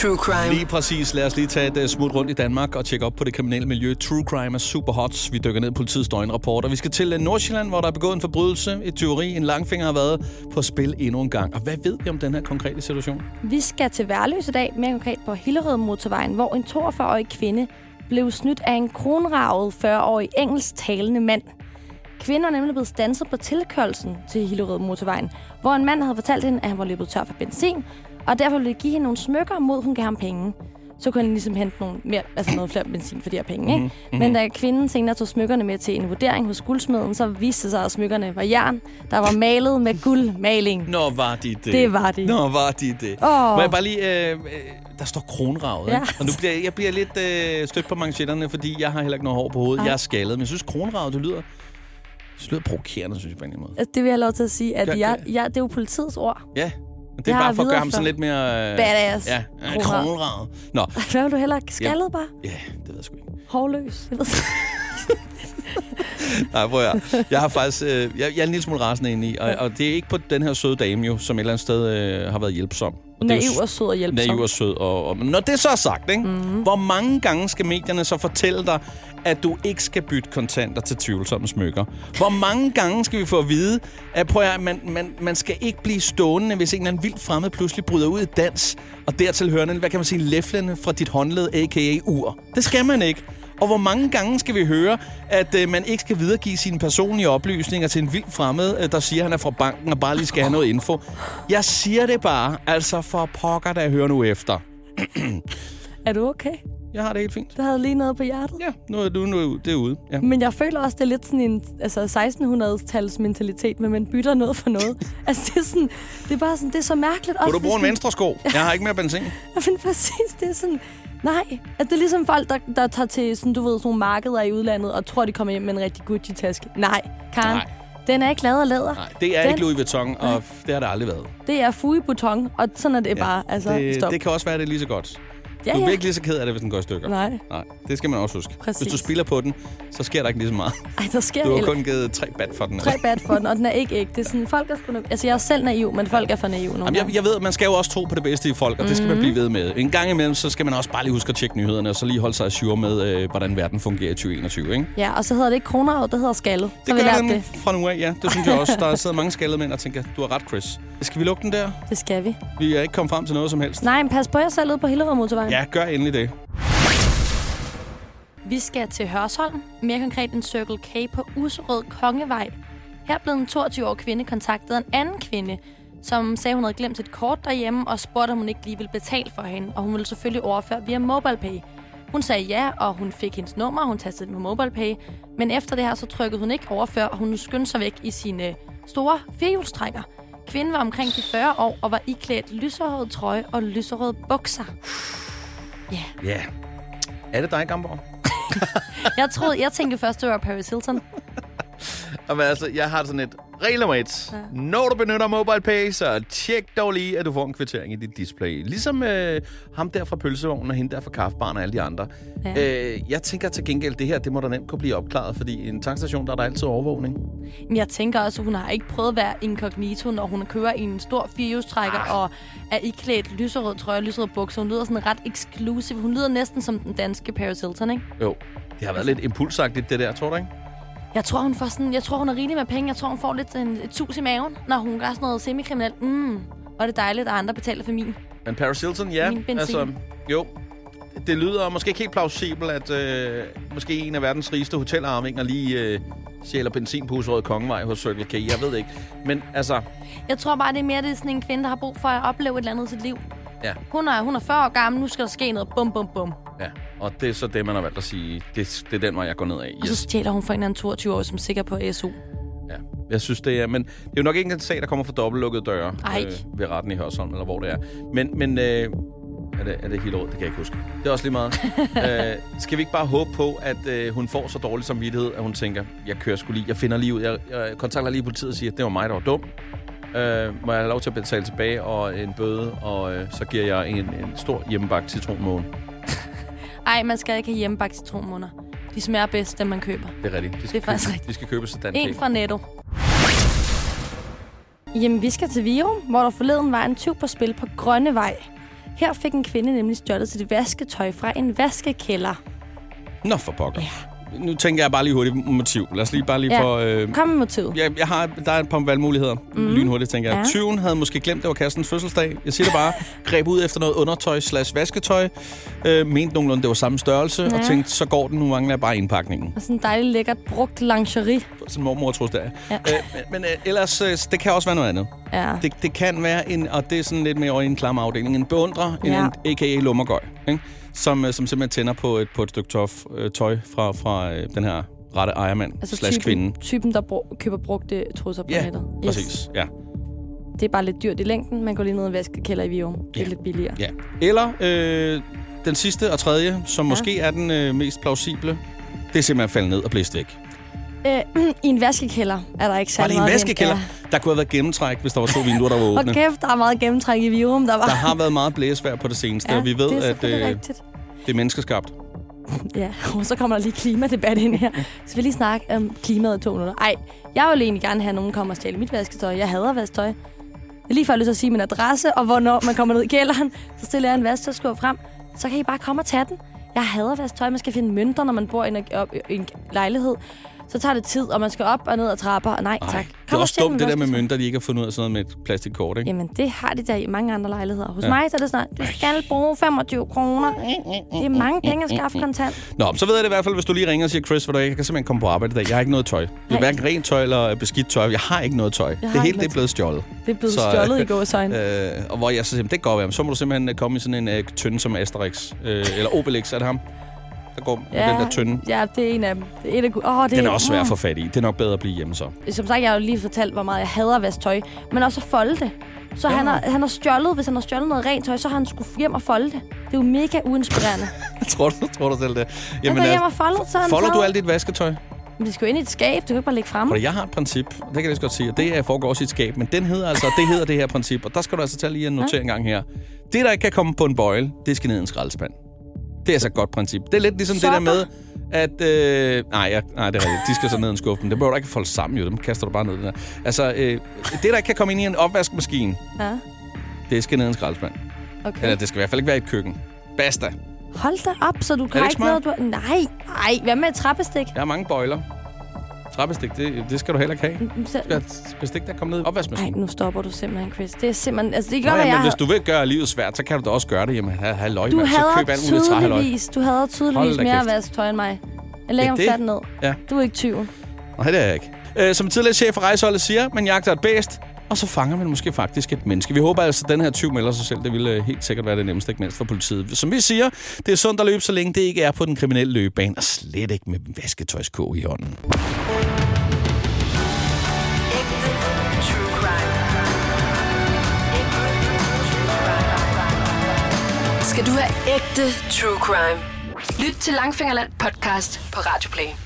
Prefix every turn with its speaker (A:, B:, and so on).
A: true crime.
B: Lige præcis. Lad os lige tage et øh, smut rundt i Danmark og tjekke op på det kriminelle miljø. True crime er super hot. Vi dykker ned i politiets døgnrapport, og vi skal til øh, Nordsjælland, hvor der er begået en forbrydelse, et tyveri, en langfinger har været på spil endnu en gang. Og hvad ved vi om den her konkrete situation?
C: Vi skal til Værløs i dag, mere konkret på Hillerød Motorvejen, hvor en 42-årig kvinde blev snydt af en kronravet 40-årig engelsktalende mand. Kvinden var nemlig blevet stanset på tilkørelsen til Hillerød Motorvejen, hvor en mand havde fortalt hende, at han var løbet tør for benzin, og derfor ville give hende nogle smykker, mod hun gav ham penge. Så kunne han ligesom hente nogle mere, altså noget flere benzin for de her penge. Ikke? Mm-hmm. Men da kvinden senere tog smykkerne med til en vurdering hos guldsmeden, så viste det sig, at smykkerne var jern, der var malet med guldmaling.
B: Nå, var de det.
C: Det var de.
B: Nå, var de det.
C: Åh.
B: Må jeg bare lige... Øh, øh, der står kronravet.
C: Ja.
B: Ja. Og nu bliver jeg bliver lidt øh, stødt på manchetterne, fordi jeg har heller ikke noget hår på hovedet.
C: Ej.
B: Jeg er skaldet, men jeg synes, kronravet, det lyder... Det lyder provokerende, synes jeg på en eller anden måde.
C: Altså, det vil jeg have lov til at sige, at
B: Ja,
C: jeg, jeg, det er jo politiets ord.
B: Ja, men det er
C: Jeg
B: bare
C: har
B: for at gøre ham
C: videre
B: sådan
C: for-
B: lidt mere... Øh,
C: Badass.
B: Ja, øh,
C: Kronravet.
B: kronravet. Nå,
C: Hvad vil du heller? Skaldet bare?
B: ja, det ved jeg sgu ikke.
C: Hårløs? Jeg ved
B: Nej, prøv at høre. Jeg har faktisk... Øh, jeg, jeg er en lille smule rasende inde i, og, og det er ikke på den her søde dame jo, som et eller andet sted øh, har været hjælpsom. Og det er jo
C: Naiv og sød og hjælpsom.
B: naiv og sød. Og, og, men når det så er sagt, ikke? Mm. hvor mange gange skal medierne så fortælle dig, at du ikke skal bytte kontanter til tvivlsomme smykker? Hvor mange gange skal vi få at vide, at, prøv at høre, man, man, man skal ikke blive stående, hvis en eller anden vildt fremmed pludselig bryder ud i dans, og dertil hørende, hvad kan man sige, læflende fra dit håndled, a.k.a. ur. Det skal man ikke. Og hvor mange gange skal vi høre, at øh, man ikke skal videregive sine personlige oplysninger til en vild fremmed, øh, der siger, at han er fra banken og bare lige skal have noget info? Jeg siger det bare, altså for pokker, der hører nu efter.
C: Er du okay?
B: Jeg har det helt fint.
C: Du havde lige noget på hjertet.
B: Ja, nu er du nu, det er ude. Ja.
C: Men jeg føler også, det er lidt sådan en altså 1600-tals mentalitet, men man bytter noget for noget. altså, det er, sådan, det er bare sådan, det er så mærkeligt.
B: Kunne du
C: også,
B: bruge en
C: det er
B: venstre sko? Jeg har ikke mere benzin.
C: sådan- Men præcis, det er sådan... Nej, at det er ligesom folk, der, der tager til sådan, du ved, sådan nogle markeder i udlandet og tror, de kommer hjem med en rigtig Gucci-taske. Nej, Karen,
B: Nej.
C: den er ikke lavet af læder.
B: Nej, det er
C: den,
B: ikke Louis Vuitton, og det har det aldrig været.
C: Det er fuge i beton, og sådan er det ja, bare. Altså,
B: det,
C: stop.
B: det kan også være, at det er lige så godt.
C: ja,
B: Du
C: ja.
B: bliver ikke lige så ked af det, hvis den går i stykker.
C: Nej.
B: Nej, det skal man også huske. Hvis
C: Præcis.
B: du spiller på den, så sker der ikke lige så meget.
C: Ej, der sker
B: Du har
C: heller-
B: kun givet tre bat for den.
C: tre bat for den, og den er ikke ægte. Det er sådan, folk er sgu... nok- Altså, jeg er selv naiv, men folk er for naive nogle
B: Jamen, jeg, jeg ved, at man skal jo også tro på det bedste i folk, og det
C: Mhm.
B: skal man blive ved med. En gang imellem, så skal man også bare lige huske at tjekke nyhederne, og så lige holde sig sur med, øh, hvordan verden fungerer i 2021, ikke?
C: gange. Ja, og så hedder det ikke kronerarv, det hedder skaldet. så
B: Det
C: har vi
B: gør
C: lært
B: den
C: det.
B: fra nu af, ja. Det synes jeg også. Der sidder mange skaldede mænd og tænker, du har ret, Chris. Skal vi lukke den der?
C: Det skal vi.
B: Vi er ikke kommet frem til noget som helst.
C: Nej, men pas på jer selv ude på Hillerød Motorvejen.
B: Ja, gør endelig det.
C: Vi skal til Hørsholm, mere konkret en Circle K på Userød Kongevej. Her blev en 22-årig kvinde kontaktet af en anden kvinde, som sagde, hun havde glemt et kort derhjemme og spurgte, om hun ikke lige ville betale for hende, og hun ville selvfølgelig overføre via MobilePay. Hun sagde ja, og hun fik hendes nummer, og hun tastede det på MobilePay, men efter det her, så trykkede hun ikke overfør, og hun skyndte sig væk i sine store firehjulstrækker. Kvinden var omkring de 40 år og var iklædt lyserød trøje og lyserød bukser.
B: Ja. Yeah. Er det dig, Gamborg?
C: Jeg troede, jeg tænkte først, det var Paris Hilton.
D: Jamen altså, jeg har sådan et regel nummer et. Ja. Når du benytter MobilePay, så tjek dog lige, at du får en kvittering i dit display. Ligesom øh, ham der fra pølsevognen og hende der fra kaffebaren og alle de andre. Ja. Øh, jeg tænker til gengæld, det her, det må da nemt kunne blive opklaret, fordi i en tankstation, der er der altid overvågning.
C: Men jeg tænker også, at hun har ikke prøvet at være inkognito, når hun kører i en stor firehjulstrækker og er iklædt lyserød trøje og lyserød bukser. Hun lyder sådan ret eksklusiv. Hun lyder næsten som den danske Paris Hilton, ikke?
D: Jo, det har været lidt impulsagtigt, det der, tror du ikke?
C: Jeg tror, hun får sådan, jeg tror, hun er rigelig med penge. Jeg tror, hun får lidt en, et tus i maven, når hun gør sådan noget semikriminelt. Mm. Og det er dejligt, at andre betaler for min.
D: Men Paris Hilton, ja. altså,
C: Min benzin.
D: jo, det lyder måske ikke helt plausibelt, at øh, måske en af verdens rigeste hotelarvinger lige øh, sjæler benzin på Husrød Kongevej hos Circle K. Jeg ved det ikke. Men altså,
C: Jeg tror bare, det er mere det er sådan en kvinde, der har brug for at opleve et eller andet i sit liv.
D: Ja.
C: Hun, er, hun er 40 år gammel, nu skal der ske noget. Bum, bum, bum.
D: ja. Og det er så det, man har valgt at sige. Det, det er den vej, jeg går ned af.
C: Og så
D: Yes.
C: stjæler hun for en eller anden 22-årig, som er sikker på SU.
D: Ja. Jeg synes, det er... Men det er jo nok ikke en sag, der kommer fra dobbeltlukkede døre. øh,
C: Ej.
D: ved retten i Hørsholm, eller hvor det er. Men, men øh, er, det, er det helt råd? Det kan jeg ikke huske. Det er også lige meget. øh, skal vi ikke bare håbe på, at øh, hun får så dårlig samvittighed, at hun tænker, jeg kører sgu lige, jeg finder lige ud, jeg, jeg kontakter lige politiet og siger, det var mig, der var dum. Øh, må jeg have lov til at betale tilbage og en bøde, og øh, så giver jeg en, en stor hjemmebagt citronmåne.
C: Ej, man skal ikke have hjemmebagt citronmunder. De smager bedst, dem man køber.
D: Det er rigtigt. De
C: Det er faktisk
D: købe,
C: rigtigt.
D: De skal købe sådan
C: En fra Netto. Jamen, vi skal til Virum, hvor der forleden var en tyv på spil på Grønnevej. Her fik en kvinde nemlig stjålet sit vasketøj fra en vaskekælder.
B: Nå, for pokker. Ja. Nu tænker jeg bare lige hurtigt motiv. Lad os lige bare lige ja.
C: Ja.
B: få... Øh,
C: Kom med motivet.
B: jeg, jeg har, der er et par valgmuligheder. Mm. Lynhurtigt, tænker jeg. Ja.
C: Mhm. Ja.
B: Tyven havde måske glemt, det var Carstens fødselsdag. Jeg siger det bare. greb ud efter noget undertøj slash vasketøj. Øh, mente nogenlunde, det var samme størrelse. Ja. Og
C: Ja.
B: tænkte, så går den. Nu mangler jeg bare indpakningen.
C: Og sådan en dejlig lækkert brugt lingerie.
B: Sådan mormor tror jeg, ja.
C: Ja.
B: øh, Men, men øh, ellers, øh, det kan også være noget andet.
C: Ja.
B: Det, det kan være, en, og det er sådan lidt mere over i en klam afdeling, en beundrer, ja.
C: Ja.
B: en, a.k.a. lummergøj, ikke? Som, øh, som simpelthen tænder på et, på et stykke tof, øh, tøj fra, fra øh, den her rette ejermand altså slash kvinde.
C: typen, typen, der brug, køber brugte trusser på
B: Ja,
C: nettet.
B: præcis. Ja.
C: Det er bare lidt dyrt i længden. Man går lige ned og vaskekælder i Virum. Det er
B: Ja.
C: lidt billigere.
B: ja. Eller øh, den sidste og tredje, som ja. måske er den øh, mest plausible, det er simpelthen at falde ned og blæse væk.
C: Øh, I en vaskekælder er der ikke
B: Var
C: særlig
B: det en
C: meget at hente.
B: vaskekælder?
C: Ja.
B: Der kunne have været gennemtræk, hvis der var to vinduer, der var
C: Og
B: åbne.
C: kæft, der er meget gennemtræk i Virum. Der, var...
B: Der har været meget blæsvær på det seneste, ja, og vi ved,
C: det er
B: at
C: selvfølgelig
B: øh,
C: rigtigt.
B: det er menneskeskabt.
C: Ja, og så kommer der lige klimadebat ind her. Så vi lige snakke om klimaet i to minutter. Ej, jeg vil egentlig gerne have, at nogen kommer og stjæler mit vasketøj. Jeg hader vasketøj. Det er lige før, jeg har lyst til at sige min adresse, og hvornår man kommer ned i kælderen. Så stiller jeg en vasketøjskur frem. Så kan I bare komme og tage den. Jeg hader vasketøj. Man skal finde mønter, når man bor i en, op, i en lejlighed. Så tager det tid, og man skal op og ned ad trapper. Og nej,
B: Ej,
C: tak.
B: Det er
C: og
B: også
C: stjæl
B: dumt,
C: mit
B: det der med
C: vasketøj.
B: mønter, de ikke har fundet ud af sådan noget med et plastikkort, ikke?
C: Jamen, det har de der i mange andre lejligheder. Hos
B: Ja.
C: ja. mig så er det sådan, du skal bruge 25 kroner. Det er mange penge at skaffe kontant.
B: Nå, så ved jeg det i hvert fald, hvis du lige ringer og siger, Chris, ved du, hvad, jeg kan simpelthen komme på arbejde i dag. Jeg har ikke noget tøj. Jeg har
C: Nej.
B: hverken rent tøj eller beskidt tøj. Jeg har ikke noget tøj. det
C: har
B: hele
C: ikke
B: det er blevet stjålet.
C: Det er blevet
B: Så, øh,
C: stjålet i gåsøjne.
B: Øh, og hvor jeg så siger, "Men det går være. Så må du simpelthen øh, komme i sådan en øh, tønde som Asterix. Øh, eller Obelix, er det ham? Der går ja. den der tønde.
C: Ja, det er en af dem. Det er et af, gu- åh, det
B: Den er også svær at
C: åh.
B: få fat i. Det er nok bedre at blive hjemme så.
C: Som sagt, jeg har jo lige fortalt, hvor meget jeg hader at vaske tøj. Men også at folde det. Så
B: Ja.
C: ja. han, har, han har stjålet, hvis han har stjålet noget rent tøj, så har han skulle hjem og folde det. Det er jo mega uinspirerende.
B: tror, du, tror du selv det?
C: Jamen, han går hjem
B: altså,
C: og folder, så har han
B: folder du
C: taget-
B: alt dit vasketøj?
C: Men det skal jo ind i et skab, du kan ikke bare lægge fremme.
B: Fordi jeg har et princip, og det kan jeg lige så godt sige, og det er, foregår også i et skab, men den hedder altså, det hedder det her princip, og der skal du altså tage lige en notering gang her. Det, der ikke kan komme på en bøjle, det skal ned i en skraldespand. Det er altså et godt princip. Det er lidt ligesom Sokker. det der med, at... Øh, nej, jeg, nej, det er rigtigt. De skal så ned i en skuffe, men det behøver du ikke folde sammen, jo. Dem kaster du bare ned i den der. Altså, øh, det, der ikke kan komme ind i en opvaskemaskine,
C: Ja,
B: det skal ned i en skraldespand. Eller
C: okay.
B: det skal i hvert fald ikke være i et køkken. Basta.
C: Hold da op, så du
B: det
C: kan
B: ikke
C: ikke noget, du... har- Nej, nej. Hvad med et trappestik?
B: Jeg har mange bøjler. Trappestik, det, det skal du heller ikke have.
C: Så...
B: Du skal have et bestik, der kommer ned i opvaskemaskinen.
C: Nej, nu stopper du simpelthen, Chris. Det er simpelthen... Altså, det kan
B: Nå,
C: godt
B: ja,
C: være,
B: men
C: jeg
B: hvis
C: har-
B: du vil gøre livet svært, så kan du da også gøre det. Jamen, ha- halløj,
C: Du
B: mand. Så køb
C: hader
B: alt muligt træhalløj.
C: tydeligvis, du hader
B: Hold
C: tydeligvis
B: da
C: mere at
B: kæft.
C: vaske tøj end mig. Jeg lægger
B: Ja,
C: ja,
B: det-
C: mig fat ned.
B: Ja.
C: Du er ikke tyven.
B: Nej, det er jeg ikke. Øh, som tidligere chef for rejseholdet siger, man jagter et bæst, og så fanger man måske faktisk et menneske. Vi håber altså, at den her tyv melder sig selv. Det ville øh, helt sikkert være det nemmeste, ikke mindst for politiet. Som vi siger, det er sundt at løbe, så længe det ikke er på den kriminelle løbebane, og slet ikke med vasketøjsko i hånden.
A: Ægte true crime. Ægte true crime. Skal du have ægte true crime? Lyt til Langfingerland podcast på Radio Play.